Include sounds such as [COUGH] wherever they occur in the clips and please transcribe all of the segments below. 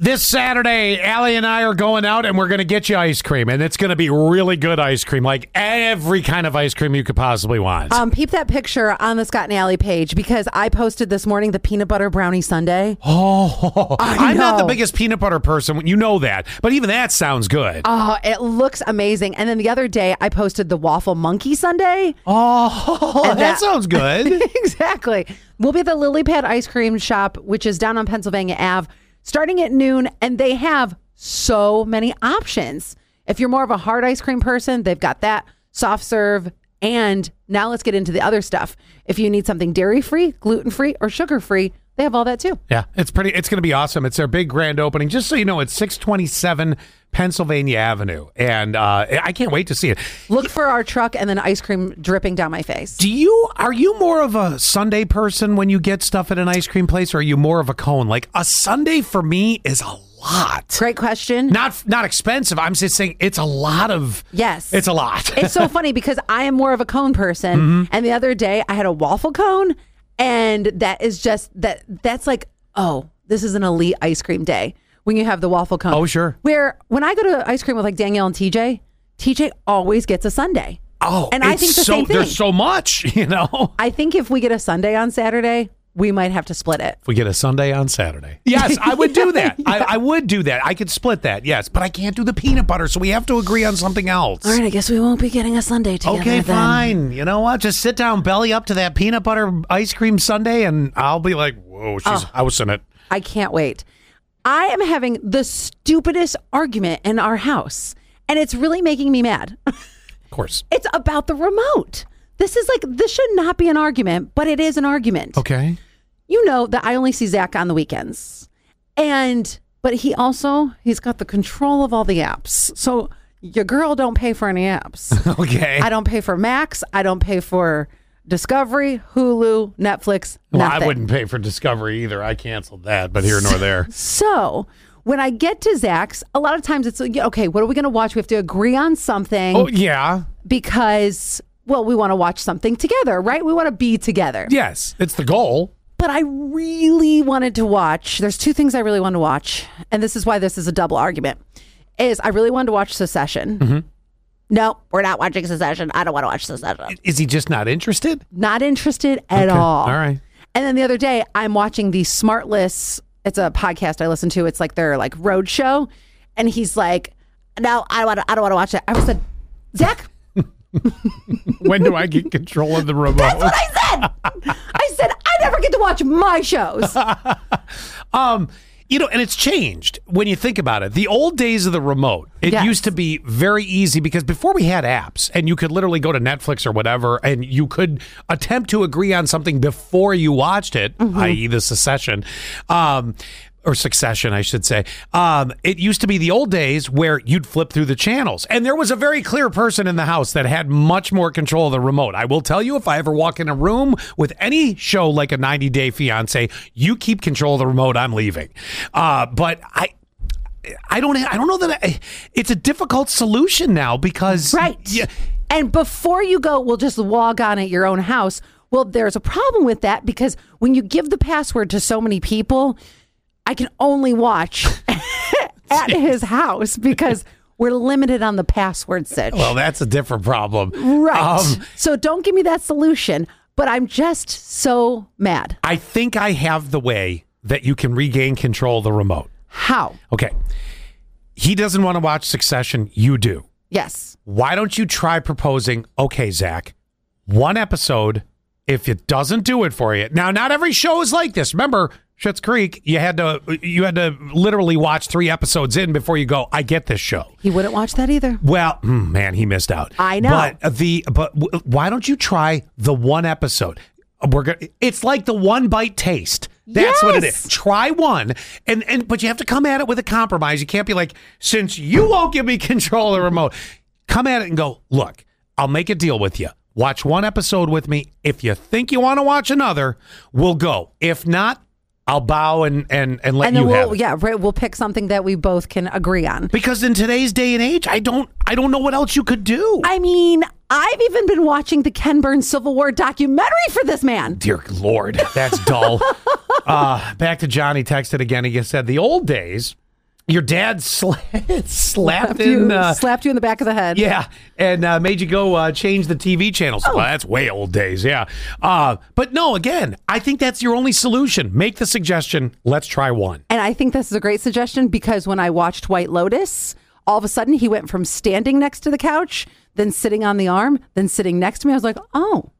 This Saturday, Allie and I are going out and we're going to get you ice cream. And it's going to be really good ice cream, like every kind of ice cream you could possibly want. Um, peep that picture on the Scott and Alley page because I posted this morning the peanut butter brownie sundae. oh, I'm not the know. biggest peanut butter person. You know that. But even that sounds good. Oh, it looks amazing. And then the other day I posted the waffle monkey sundae. oh, that, [LAUGHS] and that- sounds good. [LAUGHS] exactly. We'll be at the Lily Pad Ice Cream Shop, which is down on Pennsylvania Ave, starting at noon, and they have so many options. If you're more of a hard ice cream person, they've got that soft serve. And now let's get into the other stuff. If you need something dairy free, gluten free, or sugar free, they have all that too. yeah, it's pretty. It's going to be awesome. It's their big grand opening. Just so you know, it's 627 Pennsylvania Avenue. And uh, I can't wait to see it. Look for our truck and then ice cream dripping down my face. Do you are you more of a Sunday person when you get stuff at an ice cream place, or are you more of a cone? Like a Sunday for me is a lot. Great question. Not not expensive. I'm just saying it's a lot of Yes. It's a lot. it's so funny because I am more of a cone person. Mm-hmm. And the other day I had a waffle cone and that is just that that's like, oh, this is an elite ice cream day when you have the waffle cone. Oh, sure. Where when I go to ice cream with like Danielle and TJ, TJ always gets a Sunday. [LAUGHS] oh, and I it's think the so same thing. there's so much. [LAUGHS] You know, I think if we get a Sunday on Saturday, we might have to split it. if we get a Sunday on Saturday, yes, I would do that. [LAUGHS] I, I would do that. I could split that, yes, but I can't do the peanut butter, so we have to agree on something else. All right, I guess we won't be getting a Sunday together. Okay, then. fine. You know what? Just sit down, belly up to that peanut butter ice cream sundae, and I'll be like, "Whoa, she's Oh. housing it." I can't wait. I am having the stupidest argument in our house, and it's really making me mad. [LAUGHS] Of course. It's about the remote. This is like, this should not be an argument, but it is an argument. Okay. You know that I only see Zach on the weekends. And, but he also, he's got the control of all the apps. So your girl don't pay for [LAUGHS] any apps. [LAUGHS] Okay. I don't pay for Max. I don't pay for Discovery, Hulu, Netflix. well, I nothing. wouldn't pay for Discovery either. I canceled that, but here nor there. So when I get to Zach's, a lot of times it's like, okay, what are we going to watch? We have to agree on [LAUGHS] something Oh yeah. because, well, we want to watch something together, right? We want to be together. Yes, it's the goal. But I really wanted to watch. There's two things I really wanted to watch, and this is why this is a double argument. Is I really wanted to watch Secession. Mm-hmm. No, we're not watching Secession. I don't want to watch Secession. Is he just not [LAUGHS] interested? Not interested at Okay, all. all right. And then the other day, I'm watching the Smartless. It's a podcast I listen to. It's like their like road show, and he's like, "No, I want. I don't want to watch it." I was like, "Zach, When do I get control of the that's remote? what I said. I said I never get to watch my [LAUGHS] shows." Um, [LAUGHS] you know, and it's changed when you think about it. The old days of the remote, it Yes. used to be very easy because before we had apps and you could literally go to Netflix or whatever and you could attempt to agree on something before you watched it, i.e., the secession. Um, or succession, I should say. Um, it used to be the old days where you'd flip through the channels, and there was a very clear person in the house that had much more control of the remote. I will tell you, if I ever walk in a room with any show like a 90 Day Fiance, you keep control of the remote. I'm leaving. Uh, but I. I don't. I don't know that I, it's a difficult solution now because Right. Yeah, And before you go, we'll just log on at your own house. Well, there's a problem with that because when you give the password to so many people, I can only watch [LAUGHS] [LAUGHS] at his house because we're limited on the password set. well, that's a different problem. right. Um, so don't give me that solution, but I'm just so mad. I think I have the way that you can regain control of the remote. How? Okay. He doesn't want to watch Succession. You do. Yes. Why don't you try proposing, okay, Zach, one episode. If it doesn't do it for you. Now, not every show is like this. Remember, Schitt's Creek, you had to you had to literally watch three episodes in before you go, I get this show. He wouldn't watch that either. Well, mm, man, he missed out. I know. But the but w- why don't you try the one episode? We're going It's like the one bite taste. That's what it Yes. is. Try one, and and but you have to come at it with a compromise. You can't be like, since you won't give me [LAUGHS] control of the remote, come at it and go. Look, I'll make a deal with you. Watch one episode with me. If you think you want to watch another, we'll go. If not, I'll bow and and and let And then you have we'll it. yeah, right, we'll pick something that we both can agree on. Because in today's day and age, I don't I don't know what else you could do. I mean, I've even been watching the Ken Burns Civil War documentary for this man. Dear [LAUGHS] Lord, that's dull. uh, back to Johnny texted again. He said, The old days Your dad [LAUGHS] sla- slapped Slapped you, in. Uh, slapped you in the back of the head. yeah, and uh, made you go uh, change the TV channels. Oh. Well, that's way old days, yeah. Uh, but no, again, I think that's your only solution. Make the suggestion. Let's try one. And I think this is a great suggestion because when I watched White Lotus, all of a sudden he went from standing next to the couch, then sitting on the arm, then sitting next to me. I was like, oh.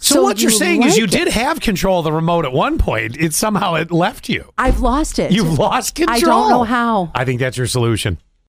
So, what you're saying is like you it. did have control of the remote at one point. It somehow it left you. I've lost it. You've lost control. I don't know how. I think that's your solution.